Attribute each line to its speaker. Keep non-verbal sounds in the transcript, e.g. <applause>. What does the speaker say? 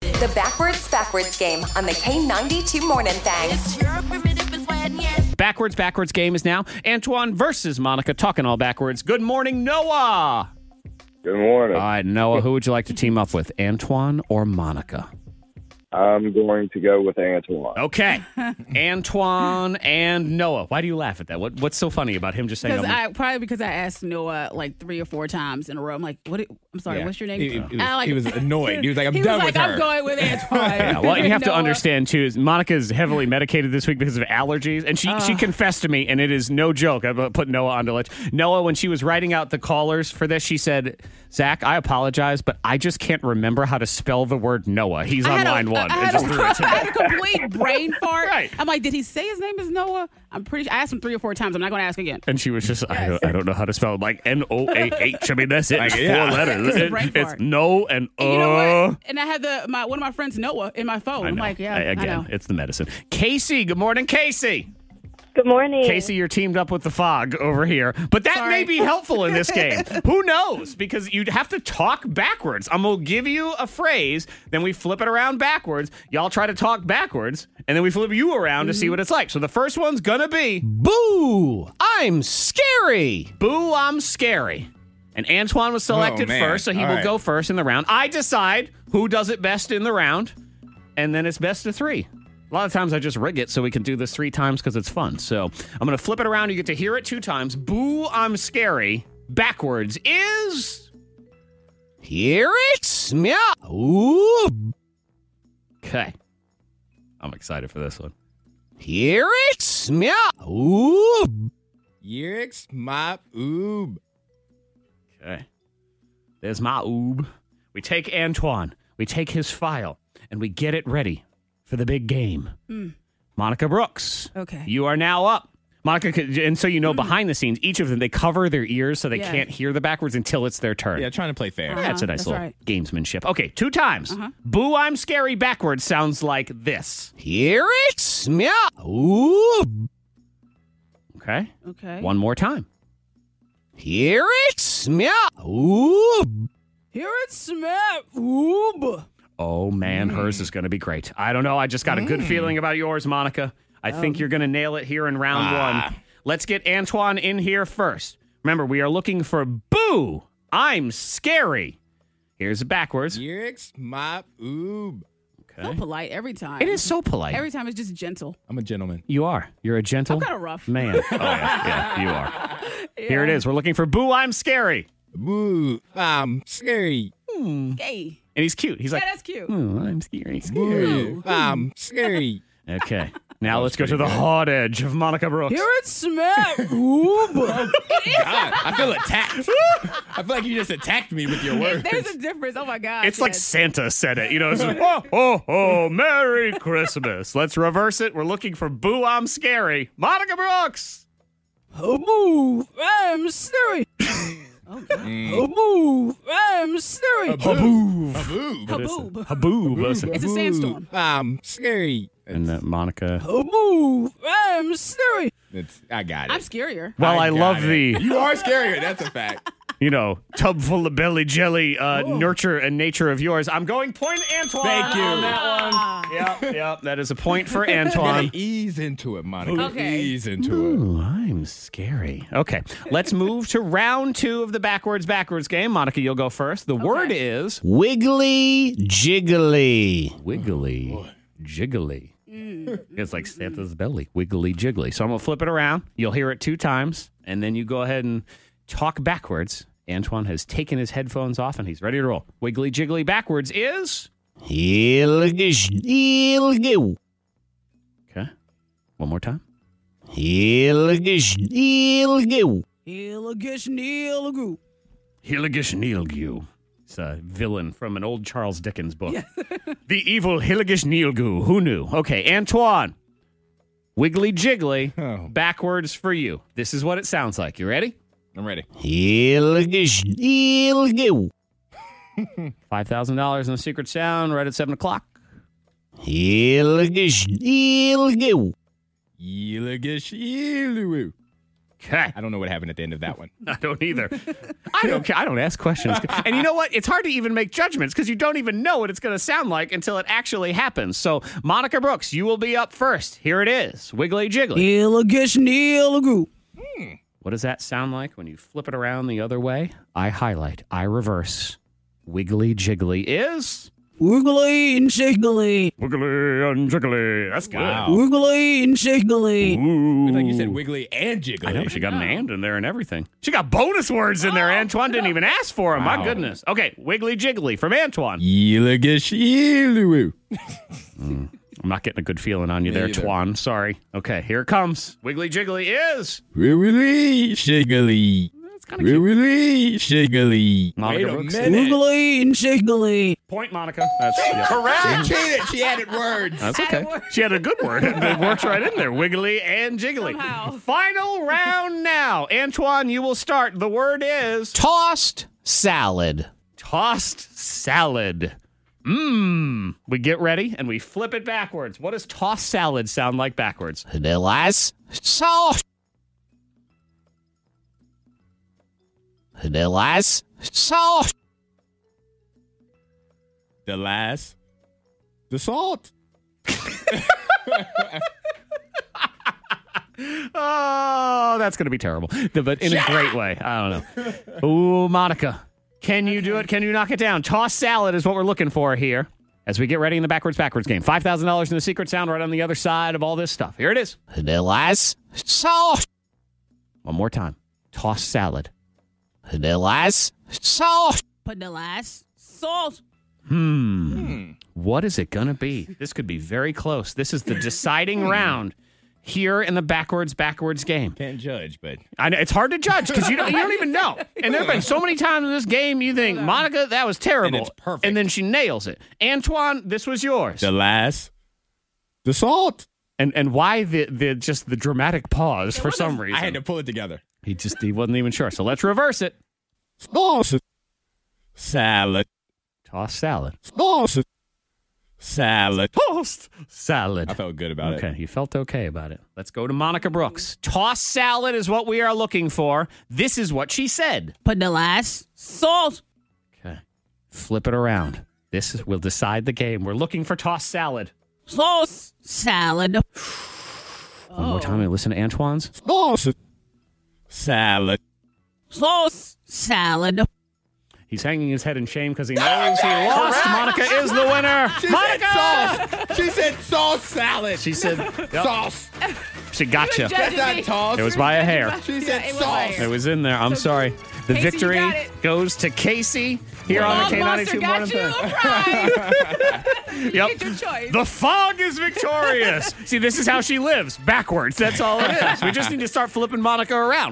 Speaker 1: The Backwards Backwards Game on the K92 Morning Thing.
Speaker 2: Backwards, backwards game is now. Antoine versus Monica talking all backwards. Good morning, Noah.
Speaker 3: Good morning.
Speaker 2: All right, Noah, who would you like to team up with, Antoine or Monica?
Speaker 3: I'm going to go with Antoine.
Speaker 2: Okay, <laughs> Antoine and Noah. Why do you laugh at that? What, what's so funny about him just saying?
Speaker 4: Because
Speaker 2: I'm-
Speaker 4: I probably because I asked Noah like three or four times in a row. I'm like, what? I'm sorry.
Speaker 5: Yeah.
Speaker 4: What's your name?
Speaker 2: Oh.
Speaker 5: He- he was-
Speaker 4: I, like-
Speaker 5: he
Speaker 4: <laughs>
Speaker 5: was annoyed. He was like, I'm
Speaker 4: he
Speaker 5: done
Speaker 4: was
Speaker 5: with
Speaker 4: like, I'm
Speaker 5: her.
Speaker 4: going with Antoine.
Speaker 2: <laughs> Yeah, Uh,
Speaker 4: <laughs>
Speaker 2: well, and you have to
Speaker 4: Noah.
Speaker 2: understand too is Monica is heavily medicated this week because of allergies, and she she confessed to me, and it is no joke. I put Noah on the list. Noah, when she was writing out the callers for this, she said, "Zach, I apologize, but I just can't remember how to spell the word Noah. He's
Speaker 4: I
Speaker 2: on
Speaker 4: had a-
Speaker 2: line one."
Speaker 4: I
Speaker 2: and
Speaker 4: had,
Speaker 2: just
Speaker 4: a,
Speaker 2: threw it to me.
Speaker 4: <laughs> I had a complete
Speaker 2: <laughs>
Speaker 4: brain fart.
Speaker 2: Right.
Speaker 4: I'm like, did he say his name is Noah? I'm pretty. sure. I asked him three or four times. I'm not going to ask again.
Speaker 2: And she was just, I, don't, I don't know how to spell it. Like N O A H. I mean, that's it. It's
Speaker 5: Like,
Speaker 2: four
Speaker 5: yeah.
Speaker 2: letters.
Speaker 4: It's a
Speaker 2: It-
Speaker 4: brain
Speaker 2: it's
Speaker 4: fart.
Speaker 2: no and uh.
Speaker 4: And you know what? And I had the my one of my friends Noah in my phone.
Speaker 2: I
Speaker 4: I'm
Speaker 2: know.
Speaker 4: like, yeah,
Speaker 2: I-
Speaker 4: I
Speaker 2: again,
Speaker 4: know.
Speaker 2: it's the medicine. Casey, good morning, Casey.
Speaker 6: Good morning.
Speaker 2: Casey, you're teamed up with the fog over here, but that may
Speaker 4: Sorry.
Speaker 2: be helpful in this game. Who knows? Because you'd have to talk backwards. I'm gonna give you a phrase, then we flip it around backwards. Y'all try to talk backwards, and then we flip you around to see what it's like. So the first one's gonna be Boo, I'm scary. Boo, I'm scary. And Antoine was selected
Speaker 5: Oh, man.
Speaker 2: first, so he
Speaker 5: All
Speaker 2: will
Speaker 5: right.
Speaker 2: go first in the round. I decide who does it best in the round, and then it's best of three. A lot of times I just rig it so we can do this three times because it's fun. So I'm going to flip it around. You get to hear it two times. Boo, I'm scary. Backwards is. Hear it? Yeah. Ooh. Okay. I'm excited for this one. Hear it? Yeah. Ooh.
Speaker 5: Yerix Mop Oob.
Speaker 2: Okay. There's my oob. We take Antoine, we take his file, and we get it ready for the big game. Monica Brooks.
Speaker 4: Hmm. Okay. Hmm.
Speaker 2: You are now up. Monica, could- and so you know, behind the scenes, each of them, they cover their ears so they
Speaker 4: Yeah.
Speaker 2: can't hear the backwards until it's their turn.
Speaker 5: Yeah, trying to play fair.
Speaker 2: That's a nice
Speaker 4: Uh-huh. that's
Speaker 2: little
Speaker 4: right. Uh-huh.
Speaker 2: gamesmanship. Okay, two times. Boo, I'm scary backwards sounds like this. Hear it? Yeah. Ooh. Okay.
Speaker 4: Okay.
Speaker 2: One more time. Hear it? Yeah. Ooh.
Speaker 4: Here it's Smith. Oob.
Speaker 2: Oh man, hers is going to be great. I don't know. I just got a good feeling about yours, Monica. I think you're going to nail it here in round
Speaker 5: Ah.
Speaker 2: one. Let's get Antoine in here first. Remember, we are looking for Boo. I'm scary. Here's backwards.
Speaker 5: Yerix Mop Oob.
Speaker 4: So polite every time.
Speaker 2: It is so polite.
Speaker 4: Every time it's just gentle.
Speaker 5: I'm a gentleman.
Speaker 2: you are. You're a gentle
Speaker 4: I'm kinda rough.
Speaker 2: man. Oh, yeah, yeah, you are. Here it is. We're looking for Boo. I'm scary.
Speaker 5: Boo. I'm scary.
Speaker 4: Hey.
Speaker 2: And he's cute. He's
Speaker 4: Yeah,
Speaker 2: like,
Speaker 4: that's cute.
Speaker 2: Boo, I'm scary.
Speaker 5: Boo. I'm
Speaker 4: <laughs>
Speaker 5: scary.
Speaker 2: Okay. <laughs> Now let's go to the hard edge of Monica Brooks.
Speaker 4: Here it's Smith. <laughs> Oob.
Speaker 5: God, I feel attacked. I feel like you just attacked me with your words.
Speaker 4: There's a difference. Oh my God.
Speaker 2: It's like
Speaker 4: yes.
Speaker 2: Santa said it. You know, it's like, oh, oh, oh, Merry Christmas. Let's reverse it. We're looking for Boo I'm Scary. Monica Brooks.
Speaker 4: Boo, I'm Siri. <laughs> oh, God.
Speaker 2: Mm.
Speaker 4: Boo, I'm Siri.
Speaker 2: Haboob.
Speaker 5: Boo.
Speaker 4: Haboob.
Speaker 2: Haboob. Listen.
Speaker 4: It's a sandstorm.
Speaker 5: I'm scary.
Speaker 2: And that Monica.
Speaker 4: Boo, I'm Siri.
Speaker 5: It's, I got it.
Speaker 4: I'm scarier.
Speaker 2: Well, I,
Speaker 5: got
Speaker 2: love
Speaker 5: it.
Speaker 2: the,
Speaker 5: You are scarier. That's
Speaker 2: <laughs>
Speaker 5: a fact.
Speaker 2: you know, tub full of belly jelly uh, nurture and nature of yours. I'm going point Antoine.
Speaker 5: Thank you.
Speaker 2: On that one. yep, yep. That is a point for Antoine.
Speaker 5: Gotta ease into it, Monica.
Speaker 4: Okay.
Speaker 5: Ease into it.
Speaker 2: Ooh, I'm scary. Okay, let's move to round two of the backwards backwards game. Monica, you'll go first. The word is wiggly jiggly. Wiggly jiggly. It's like Santa's belly, wiggly jiggly. So I'm gonna flip it around. You'll hear it two times, and then you go ahead and talk backwards. Antoine has taken his headphones off and he's ready to roll. Wiggly jiggly backwards is. Okay, one more time. Hilgish
Speaker 4: Ilagish Neelagu.
Speaker 2: Nilgu. It's a villain from an old Charles Dickens book. <laughs> the evil Hilgish Nilgu. Who knew? Okay, Antoine. Wiggly jiggly.
Speaker 5: Oh.
Speaker 2: Backwards for you. This is what it sounds like. You ready?
Speaker 5: I'm ready.
Speaker 2: Hilgish Nilgu. $5,000 in the secret sound right at 7 o'clock. Hilgish Nilgu.
Speaker 5: Yeligish Yeluu.
Speaker 2: Okay.
Speaker 5: I don't know what happened at the end of that one.
Speaker 2: <laughs> I don't either. I don't care. I don't ask <laughs> questions. And you know what? It's hard to even make judgments because you don't even know what it's going to sound like until it actually happens. So, Monica Brooks, you will be up first. Here it is Wiggly Jiggly. What does that sound like when you flip it around the other way? I highlight, I reverse. Wiggly Jiggly is.
Speaker 6: Wiggly and jiggly,
Speaker 2: Wiggly and Jiggly. That's good.
Speaker 5: Wow.
Speaker 6: wiggly and jiggly.
Speaker 2: Ooh.
Speaker 5: Like you said, wiggly and jiggly.
Speaker 2: I know she got an and in there and everything. Oh, She got bonus words in there. Antoine didn't even ask for them. My
Speaker 5: Wow.
Speaker 2: goodness. Okay, Wiggly Jiggly from Antoine.
Speaker 5: Yeeligish yeeloo.
Speaker 2: I'm not getting a good feeling on you there,
Speaker 5: either.
Speaker 2: Twan. Sorry. Okay, here it comes. Wiggly Jiggly is.
Speaker 5: Wiggly shiggly.
Speaker 2: That's kind of cute.
Speaker 5: Wiggly shiggly.
Speaker 2: Monica
Speaker 5: Wait a
Speaker 2: Brooks.
Speaker 5: minute.
Speaker 6: Wiggly and jiggly.
Speaker 2: Point, Monica. That's yeah.
Speaker 5: Correct. She cheated. She added words.
Speaker 2: That's okay. She had a good word. It works right in there. Wiggly and jiggly.
Speaker 4: Somehow.
Speaker 2: Final round now. Antoine, you will start. The word is
Speaker 7: Tossed salad.
Speaker 2: tossed salad. Mmm. We get ready and we flip it backwards. What does tossed salad sound like backwards?
Speaker 7: The last sauce. The last sauce.
Speaker 5: The last. The salt.
Speaker 2: Oh, that's going to be terrible. The- But in a great way. I don't know. Ooh, Monica. Can you do it? Can you knock it down? Toss salad is what we're looking for here as we get ready in the backwards backwards game. $5,000 in the secret sound right on the other side of all this stuff. Here it is.
Speaker 7: The last sauce.
Speaker 2: One more time. Toss salad.
Speaker 7: The last sauce.
Speaker 4: Put the last salt.
Speaker 2: What is it going to be? This could be very close. This is the deciding
Speaker 7: <laughs>
Speaker 2: round here in the backwards backwards game.
Speaker 5: Can't judge, but
Speaker 2: I know it's hard to judge because you don't, you don't even know.
Speaker 5: <laughs>
Speaker 2: And there have been so many times in this game you think Monica that was terrible,
Speaker 5: And it's perfect.
Speaker 2: and then she nails it. Antoine, this was yours.
Speaker 5: the last. The salt.
Speaker 2: And and why the the just the dramatic pause for some reason?
Speaker 5: I had to pull it together.
Speaker 2: He just he wasn't even sure. So let's reverse it.
Speaker 5: Sausage. Salad.
Speaker 2: Toss salad.
Speaker 5: Sausage. Salad.
Speaker 2: Tossed salad.
Speaker 5: I felt good about
Speaker 2: Okay,
Speaker 5: it.
Speaker 2: you felt okay about it. Let's go to Monica Brooks. Toss salad is what we are looking for. This is what she said.
Speaker 4: Put the last salt.
Speaker 2: Okay. Flip it around. This is, will decide the game. We're looking for toss salad.
Speaker 4: Sauce. Salad.
Speaker 2: One more
Speaker 4: Oh.
Speaker 2: time and listen to Antoine's.
Speaker 5: Sausage. Salad.
Speaker 4: Sauce. Salad.
Speaker 2: He's hanging his head in shame because he knows he lost. Monica is the winner. Monica!
Speaker 5: sauce. She said sauce salad.
Speaker 2: She
Speaker 5: <laughs>
Speaker 2: said, yep,
Speaker 5: sauce.
Speaker 2: she gotcha.
Speaker 4: That's not
Speaker 5: toss.
Speaker 2: It was by a hair.
Speaker 5: She
Speaker 4: said Yeah, it was sauce. by a hair.
Speaker 2: It was in there. I'm sorry. The
Speaker 4: Casey, you
Speaker 2: victory
Speaker 4: got it.
Speaker 2: goes to Casey here on the K92 Morning Thing.
Speaker 4: <laughs>
Speaker 2: Yep.
Speaker 4: choice.
Speaker 2: The fog is
Speaker 4: <laughs>
Speaker 2: victorious. See, this is how she lives backwards. That's all it is. We just need to start flipping Monica around.